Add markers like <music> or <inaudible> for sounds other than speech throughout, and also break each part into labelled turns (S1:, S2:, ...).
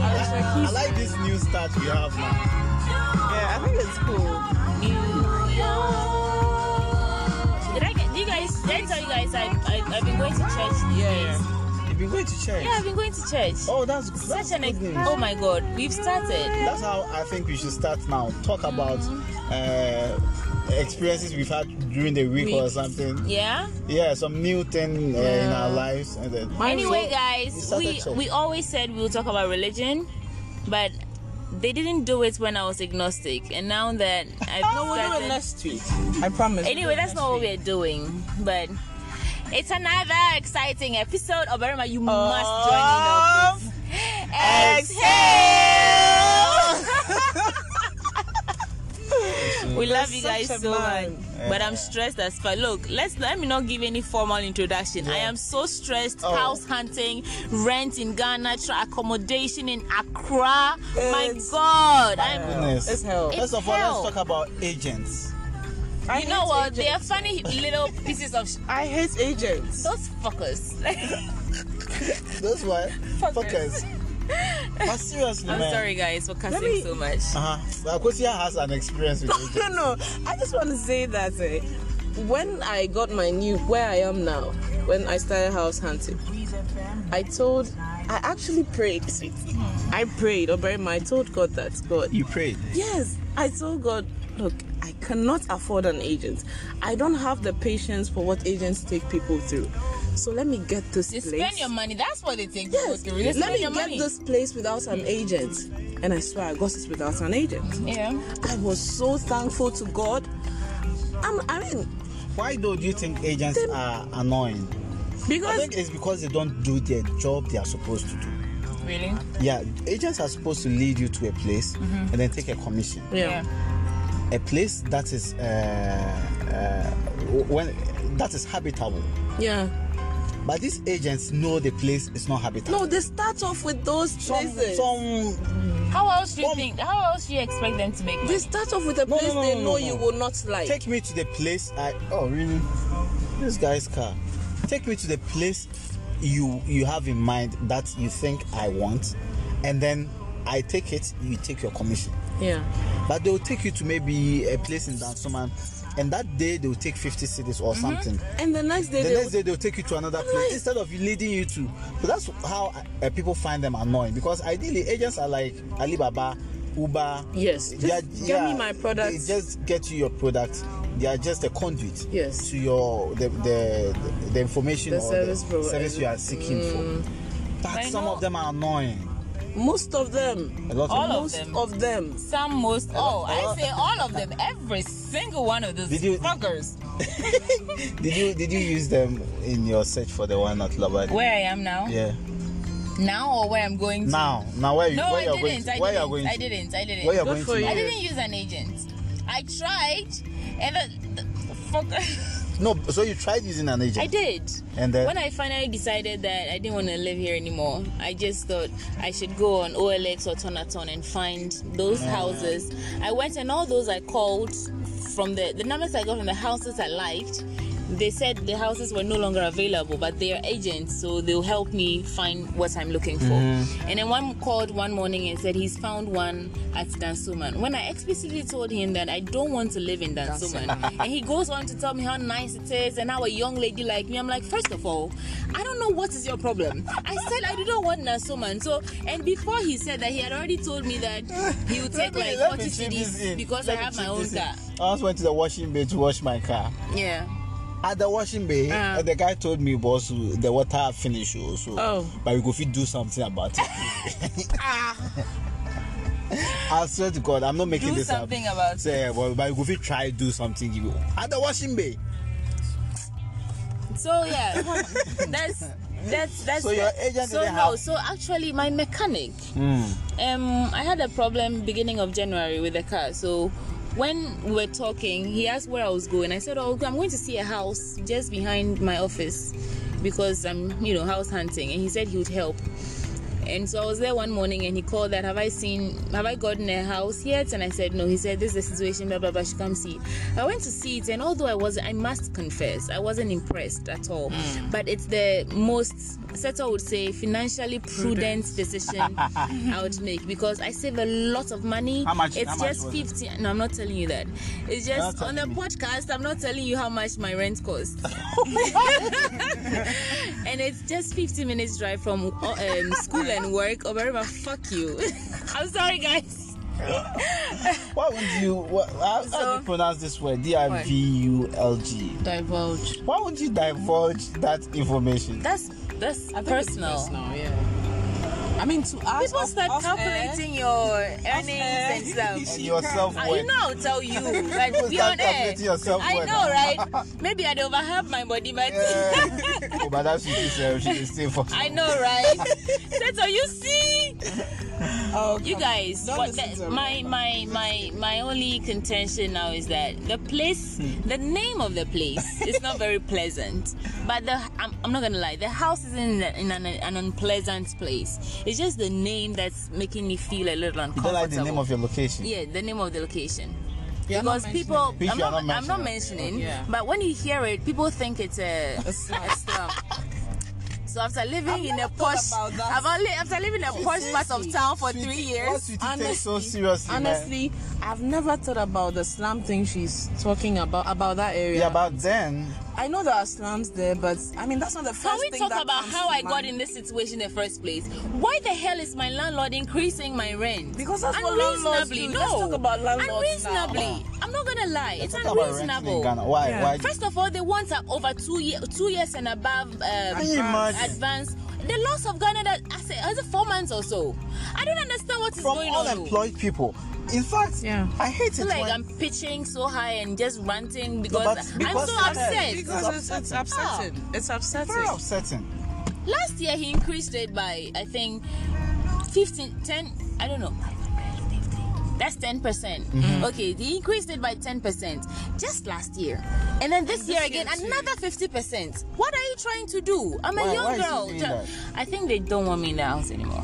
S1: Ah, amazing start you have now.
S2: Yeah, I think it's cool.
S3: Did I get? Do you guys? Did I tell you guys? I, I I've been going to church. these days?
S2: Yeah.
S1: You've been going to church.
S3: Yeah, I've been going to church.
S1: Oh, that's that's
S3: Such an
S1: good
S3: ex-
S1: news.
S3: oh my god, we've started.
S1: That's how I think we should start now. Talk about uh, experiences we've had during the week, or
S3: Weeks.
S1: something.
S3: Yeah.
S1: Yeah, some new thing uh, in our lives. And then,
S2: Mine
S3: anyway,
S2: is-
S1: We
S3: guys,
S1: started
S3: we
S1: church.
S3: we always said we'll talk about religion, but they didn't do it when I was agnostic, and now that I've
S1: <laughs>
S2: No, we'll do it
S3: started-
S2: next week. I promise.
S3: Anyway, that's not what we're doing, but it's another exciting episode of Burma. You must join in on this.
S2: <laughs>
S3: We love you guys
S2: Such a
S3: so much,
S2: man.
S3: but I'm stressed as fuck. Look, let's let me not give any formal introduction. I am so stressed.
S1: Oh.
S3: House hunting, rent in Ghana, tra- accommodation in Accra. My
S2: It's-
S3: God, I'm.
S1: Goodness.
S2: It's hell.
S3: It's
S1: First of all,
S3: hell.
S1: let's talk about agents.
S2: I
S3: You know
S2: hate
S3: what? They are
S2: agents.
S3: funny little pieces of. Sh-
S2: I hate agents.
S3: those fuckers. <laughs>
S1: That's why. Focus.
S3: <laughs>
S1: But seriously,
S3: I'm
S1: man.
S3: sorry, guys, for cussing
S2: me-
S3: so much.
S1: Uh-huh. Well, Kosia has an experience with
S2: <laughs>
S1: agents.
S2: no, no. I just want to say that eh, when I got my new where I am now, when I started house hunting, I told, I actually prayed. sweet. I prayed, or very much. I told God that God.
S1: You prayed.
S2: Yes, I told God, look, I cannot afford an agent. I don't have the patience for what agents take people through. So let me get this
S3: They
S2: place.
S3: spend your money. That's what they take.
S2: Yes,
S3: They really
S2: let
S3: spend
S2: me
S3: your
S2: get
S3: money.
S2: this place without an agent. And I swear I got it without an agent.
S3: Yeah.
S2: I was so thankful to God. i I mean,
S1: Why though do you think agents
S2: Them-
S1: are annoying? I
S2: because
S1: think it's because they don't do their job they are supposed to do.
S3: Really?
S1: Yeah, agents are supposed to lead you to a place and then take a commission.
S2: yeah,
S1: A place that is uh, uh, when that is habitable.
S2: yeah.
S1: But these agents know the place is not habitable.
S2: No, they start off with those
S1: some,
S2: places.
S1: some
S3: How else do you
S1: Well,
S3: think? How else do you expect them to make money?
S2: They start off with a
S1: No, no,
S2: place
S1: no,
S2: they
S1: no,
S2: know
S1: no,
S2: you
S1: no.
S2: will not like.
S1: take me to the place I oh really this guy's car. Take me to the place you you have in mind that you think I want, and then I take it. You take your commission.
S2: yeah,
S1: but they'll take you to maybe a place in Dansoman, and that day they'll take 50 cities or something.
S2: Mm-hmm. and the next day
S1: The
S2: they
S1: next
S2: will-
S1: day they'll take you to another place instead of leading you to. So that's how uh, people find them annoying because ideally agents are like Alibaba, Uber.
S2: Yes, just
S1: They are-
S2: get me my product.
S1: They just get you your product. They are just a conduit
S2: Yes.
S1: to your the the, the, information
S2: The
S1: or
S2: service
S1: the
S2: provider. Mm.
S1: service you are seeking for. But
S3: I
S1: some
S3: know-
S1: of them are annoying.
S2: most of them,
S1: A lot
S3: All
S1: of
S3: of
S2: most
S3: them.
S2: of them,
S3: Some most. Oh, I
S1: Hello?
S3: say all of them. Every single one of those
S1: Did you-
S3: fuckers.
S1: Did you did you use them in your search for the one at Labadi?
S3: Where I am now?
S1: Yeah.
S3: Now or where I'm going to?
S1: Now, now where you
S3: No,
S1: where
S3: I
S1: you're
S3: didn't.
S1: going to?
S3: I
S1: where
S3: didn't.
S1: you're going to?
S3: I didn't. I didn't.
S1: Where you're
S2: Good
S1: going
S2: for
S1: to?
S2: you.
S3: I didn't use an agent. I tried, and the, the <laughs> fucker.
S1: No, so you tried using an agent.
S3: I did.
S1: And then-
S3: when I finally decided that I didn't want to live here anymore, I just thought I should go on OLX or Tonaton and find those houses. I went and all those I called from the the numbers I got from the houses I liked. They said the houses were no longer available, but they are agents, so they'll help me find what I'm looking for.
S1: Mm-hmm.
S3: And then one called one morning and said he's found one at Dansuman. When I explicitly told him that I don't want to live in Dansuman, and he goes on to tell me how nice it is and how a young lady like me, I'm like, first of all, I don't know what is your problem. I said I do not want Dansuman. So, and before he said that, he had already told me that he would
S1: Let
S3: take
S1: me-
S3: like
S1: let
S3: 40
S1: me chip this
S3: CDs
S1: in.
S3: because
S1: Let
S3: I
S1: me
S3: have my
S1: chip
S3: own
S1: this in.
S3: car.
S1: I once went to the washing bay to wash my car.
S3: Yeah.
S1: At the washing bay,
S3: Ah.
S1: uh, the guy told me, boss, the water had finished, oh, so
S2: Oh.
S1: but we go fit do something about it.
S3: <laughs>
S1: I swear to God, I'm not making
S3: Ah. Do
S1: this up.
S3: something about it.
S1: Say, well, but we go fit try do something. you- At the washing bay.
S3: So yeah, that's that's that's.
S1: So your agent
S3: So
S1: didn't
S3: no,
S1: have-
S3: so actually my mechanic. Um, I had a problem beginning of January with the car. So when we were talking, he asked where I was going. I said, "Oh, I'm going to see a house just behind my office because I'm, you know, house hunting." And he said he would help. And so I was there one morning and he called that, Have I seen, have I gotten a house yet? And I said, No. He said, This is the situation, blah, blah, blah, should come see. it." I went to see it, and although I was, I must confess, I wasn't impressed at all.
S1: Mm.
S3: But it's the most, Seto would say, financially prudent, decision I would make because I save a lot of money.
S1: How much-
S3: It's
S1: how much
S3: just
S1: was it?
S3: 50. No, I'm not telling you that. It's just
S1: You're
S3: on
S1: not telling me.
S3: the podcast, I'm not telling you how much my
S1: <laughs>
S3: rent costs. <laughs> and it's just 50 minutes drive from uh, um, school and work or wherever. Fuck you. <laughs> I'm sorry, guys.
S1: Why wouldn't you? What, how, how do
S3: So-
S1: you pronounce this word? D I V U L G.
S3: Divulge.
S1: Why would you divulge that information?
S3: That's that's
S2: I think it's
S3: personal.
S2: personal, yeah. I mean, to us,
S3: People
S2: us-
S3: start
S2: us, eh,
S3: calculating your earnings
S2: air.
S1: <laughs>
S3: and stuff.
S1: And yourself
S3: I, you
S1: worth.
S3: know, I'll tell you, but
S1: People
S3: be
S1: start
S3: on air.
S1: calculating yourself
S3: I
S1: worth.
S3: know,
S1: <laughs>
S3: right? Maybe I'd overhelp my body, but
S1: Yeah. <laughs> oh, but that's what she said. She is still for.
S3: <laughs> I know,
S1: <laughs>
S3: right? That's how you see.
S2: Oh,
S3: You
S2: come-
S3: guys,
S2: don't
S3: what
S2: listen
S3: that-
S2: to her.
S3: my my my my only contention now is that the place,
S1: Hmm.
S3: the name of the place, is
S1: <laughs>
S3: not very pleasant. But the I'm, I'm not gonna lie, the house is in, the, in an, an unpleasant place. It's just the name that's making me feel a little
S1: You
S3: uncomfortable.
S1: don't like the name of your location.
S3: yeah, the name of the location.
S2: You're not
S3: because
S2: mentioning
S3: people,
S1: Which
S3: I'm
S1: you are
S3: not,
S1: not
S3: I'm not
S1: mentioning.
S3: mentioning,
S2: Yeah.
S3: but when you hear it, people think it's a,
S2: A slum.
S3: a slum. So after living in a
S2: never thought
S3: posh,
S2: about that.
S3: I've only- after living in a posh part of
S2: Seriously.
S3: town for
S1: Sweetie,
S3: three
S1: What
S3: years,
S1: sweetie takes so seriously? man?
S2: honestly, I've never thought about the slum thing she's talking about about that area.
S1: Yeah, but then
S2: I know there are slums there, but I mean that's not the first
S3: can we
S2: thing
S3: talk
S2: that
S3: about
S2: comes
S3: how
S2: to
S3: I got
S2: mind.
S3: in this situation in the first place? Why the hell is my landlord increasing my rent?
S2: Because that's what landlords do.
S3: No,
S2: Let's talk about landlords now.
S3: unreasonably. I'm not gonna lie, it's
S1: talk about renting in
S3: unreasonable.
S1: Ghana. Why?
S2: Yeah.
S1: Why?
S3: First of all, the ones are over two year, two years and above um,
S1: you
S3: advanced.
S1: imagine?
S3: The loss of Ghana that I say is it four months or so. I don't understand what is
S1: From
S3: going on. though.
S1: unemployed people. In fact,
S2: Yeah.
S1: I hate
S3: I
S1: it.
S3: feel like
S1: when-
S3: I'm pitching so high and just ranting
S1: but
S3: because,
S1: because-
S3: I'm so upset.
S2: Because it's, it's upsetting. It's upsetting.
S1: very upsetting.
S3: Last year he increased it by I think 15, 10, I don't know. That's 10%. percent
S1: Mm-hmm.
S3: Okay, they increased it by 10% just last year. And then this, year, again, another 50%. What are you trying to do? I'm
S1: Why-
S3: a young
S1: why is he
S3: girl.
S1: doing that?
S3: I think they don't want me in the house anymore.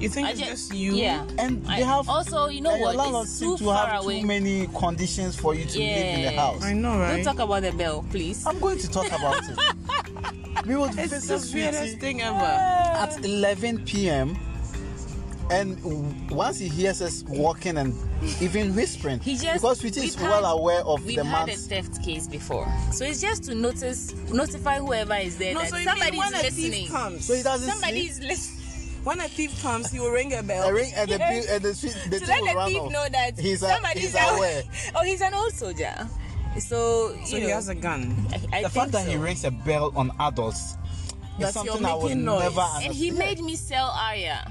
S2: You think
S3: I
S2: it's
S3: just-
S2: just you?
S3: Yeah.
S1: And
S3: I-
S1: they have
S3: also, you know
S1: and your
S3: what?
S1: landlord
S3: It's
S1: seem
S3: too
S1: to
S3: far
S1: have
S3: away.
S1: too many conditions for you to live in the
S3: Yeah.
S1: house.
S2: I know, right?
S3: Don't talk about the bell, please.
S1: I'm going to talk about it.
S3: <laughs>
S1: we will
S2: It's
S1: visit
S2: the
S1: Sweetie
S2: weirdest thing ever.
S1: at 11 p.m. And w- once he hears us walking and even whispering,
S3: He just
S1: because Sweetie is
S3: we've had-
S1: well aware of
S3: We've
S1: the
S3: had a
S1: man's
S3: theft case before, so it's just to notice, notify whoever is there
S2: No,
S3: that
S2: so you mean
S3: somebody
S2: when a
S3: is
S2: thief
S3: listening.
S2: comes,
S1: So he doesn't
S3: Somebody
S1: sleep.
S3: is listening.
S2: when a thief comes, he will ring a bell.
S1: A ring
S3: <laughs>
S1: and the
S3: Yes.
S1: bill and the street. The
S3: to
S1: thing
S3: let
S1: will
S3: the
S1: run
S3: thief
S1: off.
S3: know that
S1: he's, a,
S3: somebody's
S1: he's
S3: out-
S1: aware.
S3: <laughs> Oh, he's an old soldier. So you
S2: So
S3: know,
S2: he has a gun.
S3: I- I
S1: The
S3: think
S1: fact that he
S3: so.
S1: rings a bell on adults is
S2: That you're
S1: something I would
S2: making noise.
S1: never
S3: and he
S1: understand.
S3: made me sell Aria.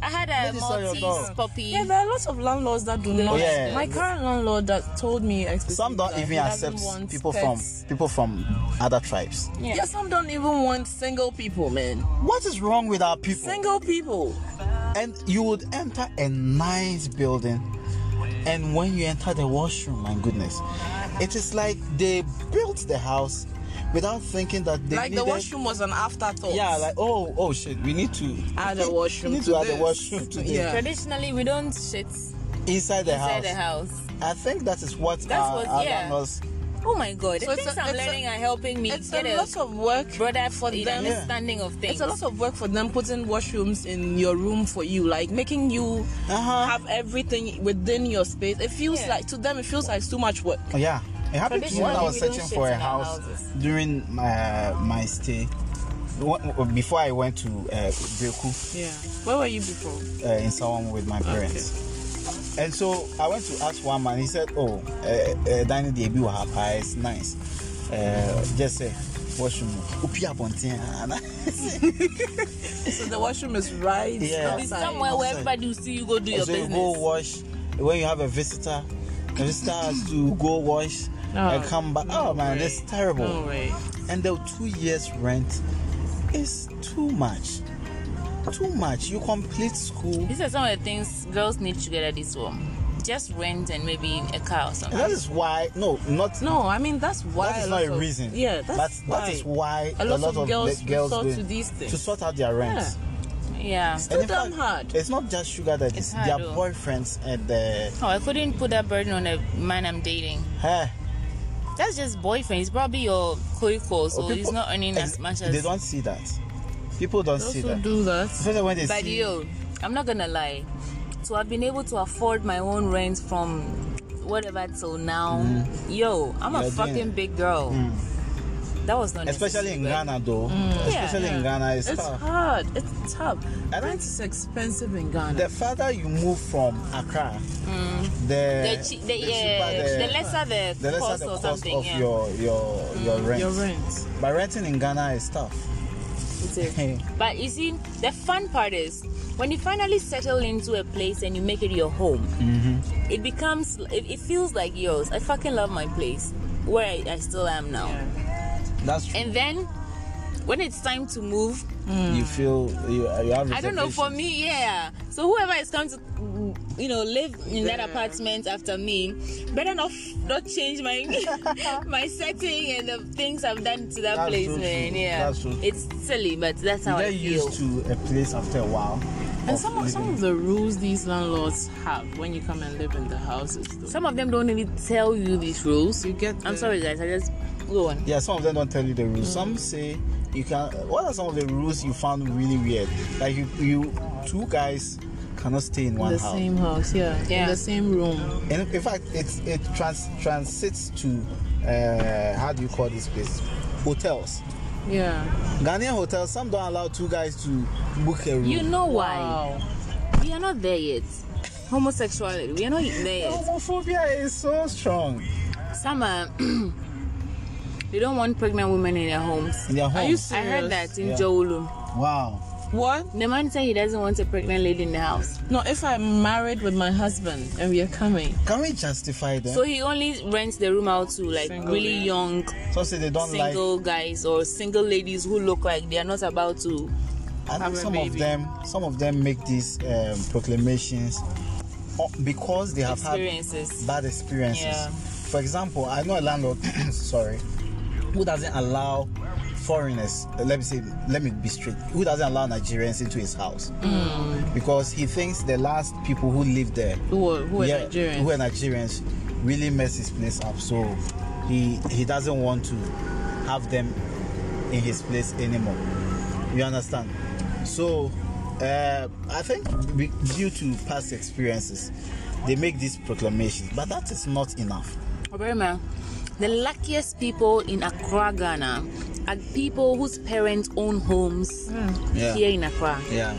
S3: I had a
S1: Maybe sell your
S3: Maltese
S1: dog.
S3: puppy.
S2: Yeah, there are lots of landlords that do not.
S1: Oh, yeah.
S2: My current landlord that told me explicitly
S1: Some don't
S2: that he
S1: even
S2: doesn't
S1: accept
S2: want
S1: people
S2: pets.
S1: from people from other tribes.
S3: Yeah.
S2: Yeah, some don't even want single people, man.
S1: What is wrong with our people?
S2: Single people.
S1: And you would enter a nice building, and when you enter the washroom, my goodness, it is like they built the house without thinking that they
S2: like
S1: needed,
S2: the washroom was an afterthought.
S1: Yeah, like oh oh shit, we need to
S2: Add a washroom
S1: <laughs> We need
S2: to
S1: to add
S2: this.
S1: a washroom
S2: <laughs>
S1: to this
S2: Yeah.
S3: Traditionally, we don't shit inside
S1: inside the house.
S3: the house.
S1: I think that is what
S3: That's
S1: our,
S3: what-
S1: our
S3: yeah.
S1: landlords-
S3: Oh my god!
S2: So
S3: the
S2: it's
S3: things
S2: a-
S3: i I'm
S2: it's a-
S3: learning are helping me
S2: It's
S3: get
S2: a lot of work.
S3: broader for
S2: them. Yeah.
S3: understanding of things.
S2: It's a lot of work for them putting washrooms in your room for you, like making you
S1: Uh-huh.
S2: have everything within your space. It feels
S3: Yeah.
S2: like to them, it feels like it's too much work.
S1: Oh, yeah. It happened to me when I
S3: Traditionally,
S1: was
S3: we don't
S1: searching
S3: shit
S1: for a
S3: in our
S1: house
S3: houses.
S1: during my, my stay. Wh- Before I went to uh, Beku,
S2: Yeah. Where were you before?
S1: uh, in someone with my parents. And so I went to ask one man. He said, "Oh, uh, uh, dining the bill have eyes, nice. Uh, just say washroom. Upia bontin. <laughs>
S2: So the washroom is right
S1: Yeah.
S3: It's
S2: outside.
S3: somewhere where
S1: outside.
S3: everybody will see you go do your
S1: So you
S3: business.
S1: go wash when you have a visitor. The visitor has to go wash and come back. oh man, that's terrible.
S2: No way.
S1: and the two years rent is too much. Too much. You complete school.
S3: These are some of the things girls need together this warm. um, Just rent and maybe a car or something.
S1: That is why no, not
S2: No, I mean that's why.
S1: that
S2: a
S1: is
S2: lot
S1: not a
S2: of-
S1: reason.
S2: Yeah, that's
S1: but
S2: why.
S1: that is why
S2: a lot, of,
S1: the
S2: girls,
S1: girls
S2: resort
S1: do it.
S2: to these things.
S1: to sort out their rent.
S2: Yeah.
S3: Yeah.
S2: Too
S1: And in
S2: damn
S1: fact,
S2: hard.
S1: It's not just sugar daddies.
S3: It's hard,
S1: their
S3: oh.
S1: boyfriends and the eh,
S3: Oh, I couldn't put that burden on a man I'm dating.
S1: hair.
S3: That's just boyfriend. He's probably your co-equal, so he's not earning as much as.
S1: they don't see that. People don't
S2: Those
S1: see
S2: who
S1: that.
S2: do that.
S1: Especially when they
S3: But
S1: see
S3: yo, I'm not gonna lie. So I've been able to afford my own rent from whatever till now. Yo, I'm
S1: Mm. You
S3: a
S1: are
S3: fucking
S1: doing- Mm.
S3: big girl. That was not
S1: especially in
S3: necessary,
S1: Ghana though.
S3: Yeah,
S1: Especially in Ghana it's,
S2: mm. It's
S1: tough.
S2: hard. It's tough.
S1: don't-
S2: Rent is expensive in Ghana.
S1: The farther you move from Accra,
S2: Mm.
S1: the
S3: but The, chi- the,
S1: the
S3: yeah,
S1: cheaper
S3: the lesser the,
S1: the lesser
S3: cost
S1: the
S3: or
S1: cost
S3: something.
S1: of
S3: yeah.
S1: your your your rent.
S2: Mm. Your rent.
S1: But renting in Ghana is tough.
S3: It is. but you see, the fun part is when you finally settle into a place and you make it your home,
S1: Mm-hmm.
S3: it becomes, it, it feels like yours. I fucking love my place where I, I still am now.
S1: That's true.
S3: And then when it's time to move,
S1: you feel you, uh, you have.
S3: Mm. I don't know, for
S1: reservations.
S3: me, yeah. So whoever is coming to, mm, you know, live in
S2: Yeah.
S3: that apartment after me, better not f- not
S1: <laughs>
S3: change my my setting and the things I've done to that
S1: That's
S3: place,
S1: so true.
S3: man. Yeah,
S1: That's so true.
S3: it's silly, but that's
S1: You
S3: how I
S1: get
S3: feel.
S1: used to a place after a while.
S2: And
S1: of
S2: some of, some
S1: living.
S2: of the rules these landlords have when you come and live in the houses, though.
S3: Some of them don't even tell you these rules.
S2: you get.
S3: I'm
S2: the-
S3: sorry, guys. I just go on.
S1: Yeah, some of them don't tell you the
S3: Mm.
S1: rules. Some say you can. What are some of the rules you found really weird? Like you, you two guys cannot stay in one
S2: the
S1: house.
S2: same house, yeah.
S3: Yeah.
S2: In the same room.
S1: And in fact, it's it trans transits to uh, how do you call this place? Hotels.
S2: Yeah.
S1: Ghanaian hotels. Some don't allow two guys to book a room.
S3: You know why?
S2: Wow.
S3: We are not there yet. Homosexuality. We are not there yet.
S1: Homophobia is so strong
S3: Some are. <clears throat> they don't want pregnant women in their homes.
S1: in their
S2: Are
S1: home.
S2: you
S3: I
S2: Serious?
S3: heard that in
S1: Yeah.
S3: Joulum.
S1: wow.
S2: What?
S3: The man said he doesn't want a pregnant lady in the house.
S2: No, if I'm married with my husband and we are coming,
S1: Can we justify them?
S3: So he only rents the room out to like
S2: Single
S3: really
S2: men.
S3: young
S1: So say they don't like.
S3: single guys or single ladies who look like they are not about to.
S1: I
S2: have a
S1: think some of
S2: baby.
S1: them, some of them make these um, proclamations o- because they have
S3: Experiences.
S1: had bad experiences.
S3: Yeah.
S1: For example, I know a landlord, <coughs> sorry, who doesn't allow foreigners. uh, Let me say, let me be straight. Who doesn't allow Nigerians into his house because he thinks the last people who live there,
S2: who are, who are
S1: yeah,
S2: Nigerians?
S1: who are Nigerians, really mess his place up. So he he doesn't want to have them in his place anymore. You understand? So uh, I think be- due to past experiences, they make these proclamations, but that is not enough.
S3: Oberma, the luckiest people in Accra, Ghana, are people whose parents own homes
S1: Hmm. Yeah.
S3: here in Accra.
S1: Yeah.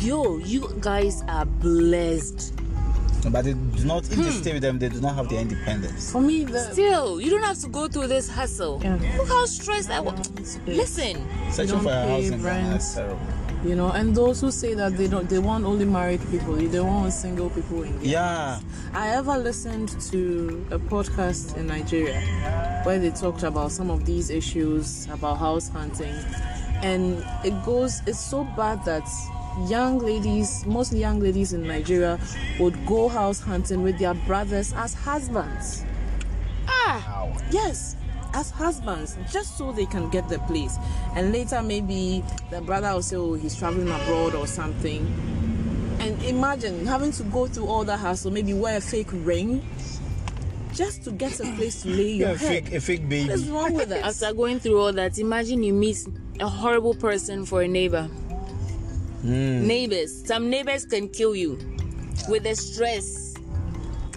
S3: Yo, you guys are blessed.
S1: But they do not. If
S2: Hmm.
S1: they stay with them, they do not have their independence.
S2: For me, the,
S3: Still, you don't have to go through this hustle.
S2: Yeah.
S3: Look how stressed I was.
S2: it's-
S3: Listen,
S1: Searching
S2: don't
S1: for a house
S2: pay
S1: in Ghana is terrible.
S2: you know, and those who say that they don't, they want only married people, they want single people in. there.
S1: Yeah.
S2: I ever listened to a podcast in Nigeria where they talked about some of these issues about house hunting, and it goes, it's so bad that young ladies, mostly young ladies in Nigeria, would go house hunting with their brothers as husbands.
S1: Wow.
S2: Yes, as husbands, just so they can get the place. And later, maybe the brother will say, Oh, he's traveling abroad or something. And imagine having to go through all that hassle, maybe wear a fake ring just to get a place to lay your
S1: Yeah, a
S2: head.
S1: fake, a fake
S2: What is
S1: baby.
S2: wrong with Oh. us?
S3: after going through all that, imagine you meet a horrible person for a neighbor.
S1: Hmm.
S3: Neighbors, some neighbors can kill you with the stress.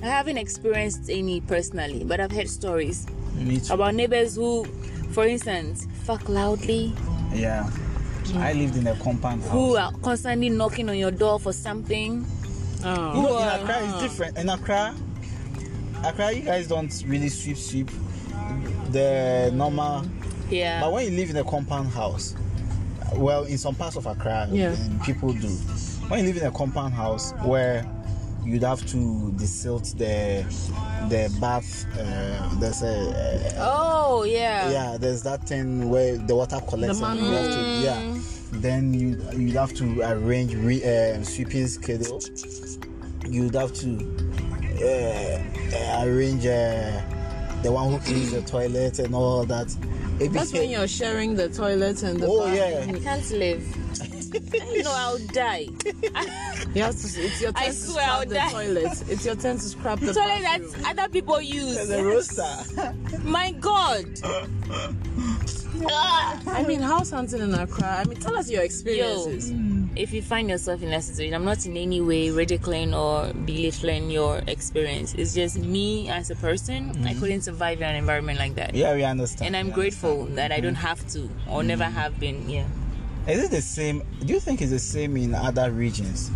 S3: I haven't experienced any personally, but I've heard stories
S1: Me too.
S3: about neighbors who, for instance, fuck loudly,
S1: Yeah. I lived in a compound house.
S3: who are constantly knocking on your door for something.
S1: You
S2: Oh,
S1: know, in Accra it's different. In Accra, Accra, you guys don't really sweep sweep the normal.
S3: Yeah.
S1: But when you live in a compound house, well, in some parts of Accra, eh,
S2: Yeah.
S1: people do. When you live in a compound house where you'd have to desilt the the bath, uh, there's a
S3: oh yeah.
S1: yeah, there's that thing where the water collects
S2: The
S1: and you have to, yeah.
S3: Mm.
S1: Then you you'd have to arrange re, uh, sweeping schedule. You'd have to uh, uh, arrange uh, the one who cleans the toilet and all that. It
S2: that's when
S1: became-
S2: you're sharing the toilet and the
S1: Oh
S2: bath.
S1: yeah,
S3: I can't live. no, I'll
S1: <laughs>
S3: die.
S2: You have to. It's your turn
S3: I
S2: to
S3: swear I'll
S2: scrap the
S3: die.
S2: toilet. It's your turn to scrap the
S3: <laughs> Toilet that
S2: bathroom.
S3: other people use.
S1: The roaster.
S3: My God. Ah.
S2: I mean, house hunting in Accra. I mean, tell us your experiences.
S3: if you find yourself in that situation, I'm not in any way ridiculing or belittling your experience. It's just me as a person. I couldn't survive in an environment like that.
S1: Yeah, we understand.
S3: And I'm
S1: we
S3: grateful that I don't have to or never have been. Yeah.
S1: Is it the same? Do you think it's the same in other regions,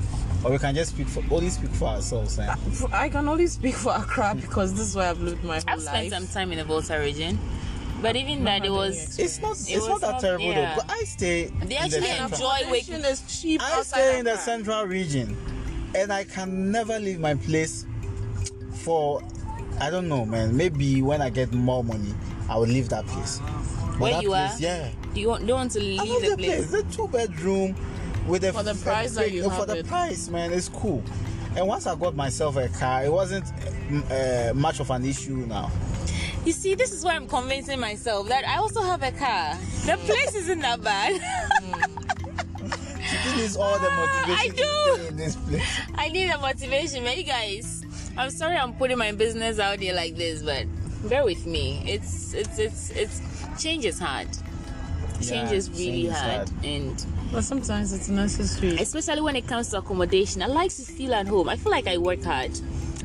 S1: or we can just speak for only speak for ourselves? Eh?
S2: I can only speak for Accra because this is where I've lived my whole
S3: I've
S2: life.
S3: spent some time in the Volta region, but even that it
S2: had any
S3: was.
S1: It's not.
S3: It
S1: it's
S3: was
S1: not that
S3: not-
S1: terrible
S3: yeah.
S1: though. But I stay. in the
S3: actually
S1: central.
S3: enjoy waking-
S2: Accommodation is cheap
S1: I
S2: outside
S1: stay in the
S2: Accra.
S1: central region, and I can never leave my place for. I don't know, man. Maybe when I get more money, I will leave that place. But
S3: Where
S1: that
S3: you
S1: place,
S3: are?
S1: Yeah.
S3: You want- don't want to
S1: I
S3: leave
S1: love
S3: the
S1: the
S3: place.
S1: place. The two bedroom with a
S2: For the
S1: a
S2: price that
S1: big- uh,
S2: you
S1: for
S2: have
S1: the
S2: it.
S1: price, man, it's cool. And once I got myself a car, it wasn't uh, much of an issue now.
S3: You see, this is where I'm convincing myself that I also have a car. The place isn't that bad. <laughs>
S1: This is all the
S3: Ah, I
S1: motivation
S3: do.
S1: to stay in this place.
S3: I need a motivation, man. You guys, I'm sorry I'm putting my business out there like this, but bear with me. It's it's it's it's change is hard. Change
S1: Yeah,
S3: is really
S1: change is
S3: hard.
S1: hard.
S3: and
S2: But sometimes it's necessary.
S3: especially when it comes to accommodation, I like to feel at home. I feel like I work hard,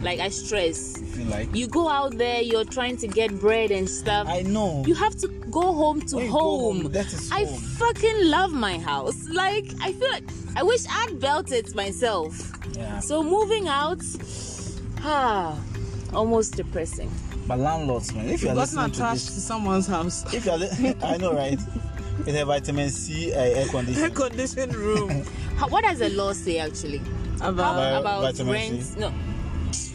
S3: like I stress.
S1: I feel like
S3: You go out there, you're trying to get bread and stuff.
S1: I know.
S3: you have to go home to
S1: When you go
S3: home.
S1: home, that is
S3: I
S1: home.
S3: fucking love my house. Like I feel like I wish I'd built it myself.
S1: Yeah.
S3: So moving out, ah, almost depressing.
S1: But landlords, man, if
S2: You've
S1: you're
S2: gotten
S1: listening to
S2: attached
S1: this,
S2: to someone's house. <laughs>
S1: if you're, li- <laughs> I know, right? It's a vitamin C uh, air
S2: Air
S1: conditioner.
S2: conditioned
S1: <laughs>
S2: room.
S3: How, what does the law say actually
S2: About
S1: About-
S3: about
S1: vitamin
S3: rent?
S1: C.
S3: No,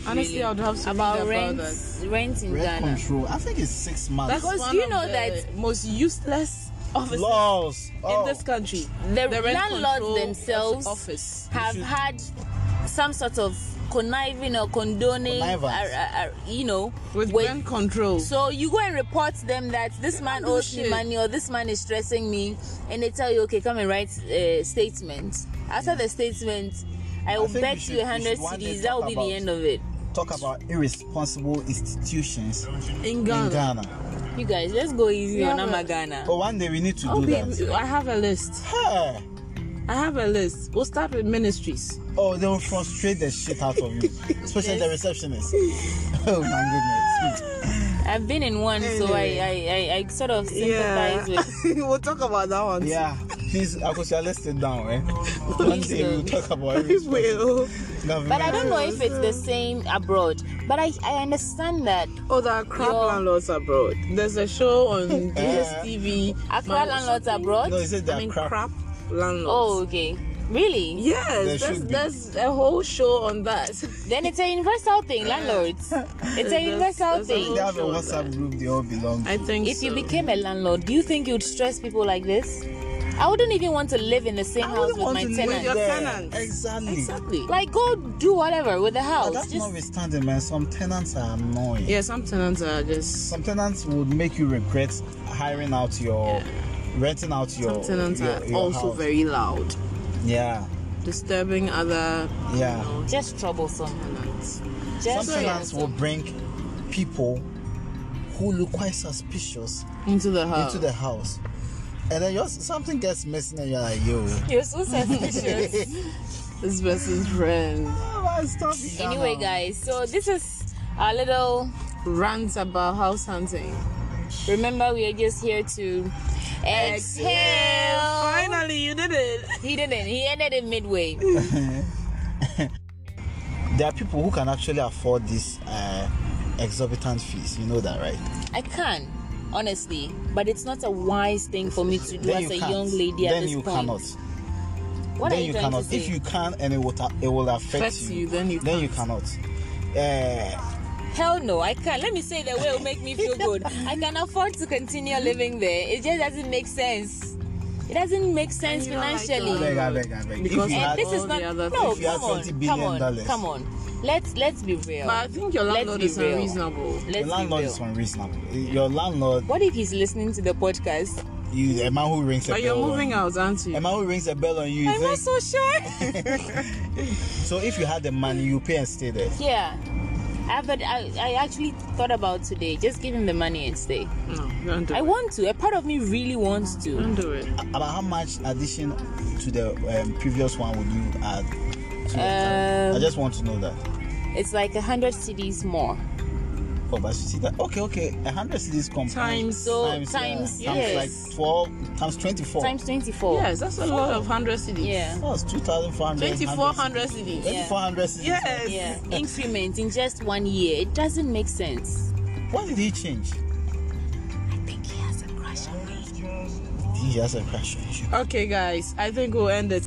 S2: honestly, I would have to
S3: about
S2: read
S3: rent,
S2: About that.
S3: rent in
S1: Rent
S3: Ghana.
S1: control. I think it's six months.
S2: That's
S3: Because
S2: one
S3: you
S2: of
S3: know
S2: the
S3: that-
S2: most useless office
S1: Laws. Oh.
S2: in this country.
S3: The,
S2: The rent control
S3: landlords themselves
S2: office.
S3: have
S1: should-
S3: had some sort of conniving or condoning,
S1: Connivance.
S3: uh, uh, uh, you know,
S2: with rent control.
S3: So you go and report them that this man
S2: don't do
S3: owes me
S2: shit.
S3: money or this man is stressing me, and they tell you, okay, come and write a statement. After the statement, I will
S1: think we
S3: bet
S1: should-
S3: you
S1: we
S3: a hundred
S1: should one day
S3: CDs. That will
S1: talk
S3: be the
S1: about-
S3: end of it.
S1: Talk about irresponsible institutions
S2: in
S1: in
S2: Ghana.
S1: Ghana.
S3: You guys, let's go easy
S2: Yeah,
S3: on
S2: but-
S3: Amagana.
S1: But one day we need to do that.
S2: Okay, I have a list.
S1: Hey.
S2: I have a list. We'll start with ministries.
S1: Oh, they will frustrate the shit out
S2: <laughs>
S1: of you, especially the receptionist. <laughs> Oh my goodness!
S3: I've been in one, so I I, I, I sort of sympathize
S1: <laughs>
S3: with.
S2: <laughs> we'll talk about that one. <laughs>
S1: Yeah, please, Akosua, let's sit down, eh? One
S3: Please
S1: day
S3: do.
S1: we'll talk
S2: <laughs>
S1: about
S2: We
S1: irresponsible
S2: will.
S1: government.
S3: But I don't know if it's the same abroad. But I, I understand that
S2: Oh, there are crap
S3: Yo.
S2: landlords abroad. There's a show on DSTV.
S3: Accra
S2: Man-
S3: landlords abroad.
S1: No, is it
S2: I
S1: that
S2: mean,
S1: crap?
S2: crap, landlords.
S3: Oh, okay. Really?
S1: There
S2: Yes, there's,
S1: should be.
S2: there's a whole show on that. <laughs>
S3: Then it's a universal thing,
S1: <laughs>
S3: landlords. It's a
S2: That's-
S3: universal
S2: that's a
S3: thing.
S1: They have a
S2: Sure,
S1: WhatsApp group they all belong to.
S2: I think
S3: If you
S2: so.
S3: became a landlord, do you think you'd stress people like this? I wouldn't even want to live in the same
S1: I
S3: house
S1: wouldn't
S3: with
S1: want
S3: my
S1: to
S3: tenant.
S1: live
S2: Your
S1: there.
S2: tenants.
S1: Exactly.
S2: exactly.
S3: Like, go do whatever with the
S1: But
S3: house.
S1: that's
S3: Just
S1: notwithstanding, man. Some tenants are annoying.
S2: yeah, some tenants are just
S1: Some tenants would make you regret hiring out your, renting out
S2: some
S1: your.
S2: tenants
S1: your-
S2: are
S1: your
S2: also
S1: house.
S2: very loud,
S1: Yeah,
S2: disturbing other you
S1: Yeah.
S2: know,
S3: just troublesome.
S2: tenants.
S1: some
S3: Just
S1: tenants will bring people who look quite suspicious
S2: into the house.
S1: into the house, and then yours something gets missing, and you're like, yo.
S3: You're so suspicious.
S2: this person's friend
S1: Oh, man, stop it.
S3: anyway, guys, so this is our little.
S2: rants about house hunting.
S3: Remember, we are just here to exhale.
S2: Finally, you did it.
S3: He didn't. He ended it midway.
S1: there are people who can actually afford these uh, exorbitant fees. You know that, right?
S3: I can, honestly, but it's not a wise thing for me to do
S1: Then
S3: as
S1: you
S3: a
S1: can't.
S3: young lady
S1: then
S3: at this
S1: you
S3: point.
S1: cannot.
S3: What
S1: then
S3: are you,
S1: you
S3: trying
S1: cannot.
S3: to say?
S1: If you can, and it will, ta- it will affect
S2: Affects you, then you
S1: then you cannot. Uh,
S3: Hell no, I can't. Let me say the way it will make me feel good. I can afford to continue living there. It just doesn't make sense. It doesn't make sense
S2: you don't like
S3: financially.
S1: I beg, I beg, I beg. If you
S2: Because-
S1: had,
S3: and this is
S2: All
S3: not
S2: the
S3: no.
S2: other
S1: things. If you had
S3: Come on,
S1: 20
S3: come
S1: billion
S3: on,
S1: dollars.
S3: come on. Let's let's be real.
S2: But I think your
S3: Let's
S2: landlord
S3: be
S2: is
S3: real.
S2: unreasonable.
S1: your
S3: Let's be
S1: landlord is
S3: real.
S1: unreasonable. Your landlord,
S3: What if he's listening to the podcast?
S1: you a man who rings a
S2: But
S1: bell.
S2: you're moving
S1: on,
S2: out, aren't you?
S1: A man who rings a bell on you. you
S2: I'm not so
S1: think-
S2: sure.
S1: <laughs> so if you had the money, you pay and stay there.
S3: Yeah. I, but I, I actually thought about today. Just give him the money and stay.
S2: no, don't do
S3: I
S2: it.
S3: want to. A part of me really wants to.
S2: Don't do it.
S1: About how much addition to the um, previous one would you add? To your
S3: Um,
S1: I just want to know that.
S3: It's like a hundred CDs more.
S1: Oh, but you see that? Okay, okay. A hundred cities combined.
S2: Times-
S3: So
S1: times, yeah,
S3: times,
S1: times
S3: yes.
S1: like twelve times twenty-four.
S3: Times 24.
S2: Yes, that's a lot of hundred cities.
S3: Yeah.
S1: That's two thousand four hundred.
S2: Twenty-four hundred cities.
S3: Yeah.
S1: Twenty-four hundred cities.
S2: Yes.
S3: Yeah. Increment in just one year. It doesn't make sense.
S1: What did he change?
S3: I think he has a crush on me.
S1: He has a crush on you.
S2: Okay, guys, I think we'll end it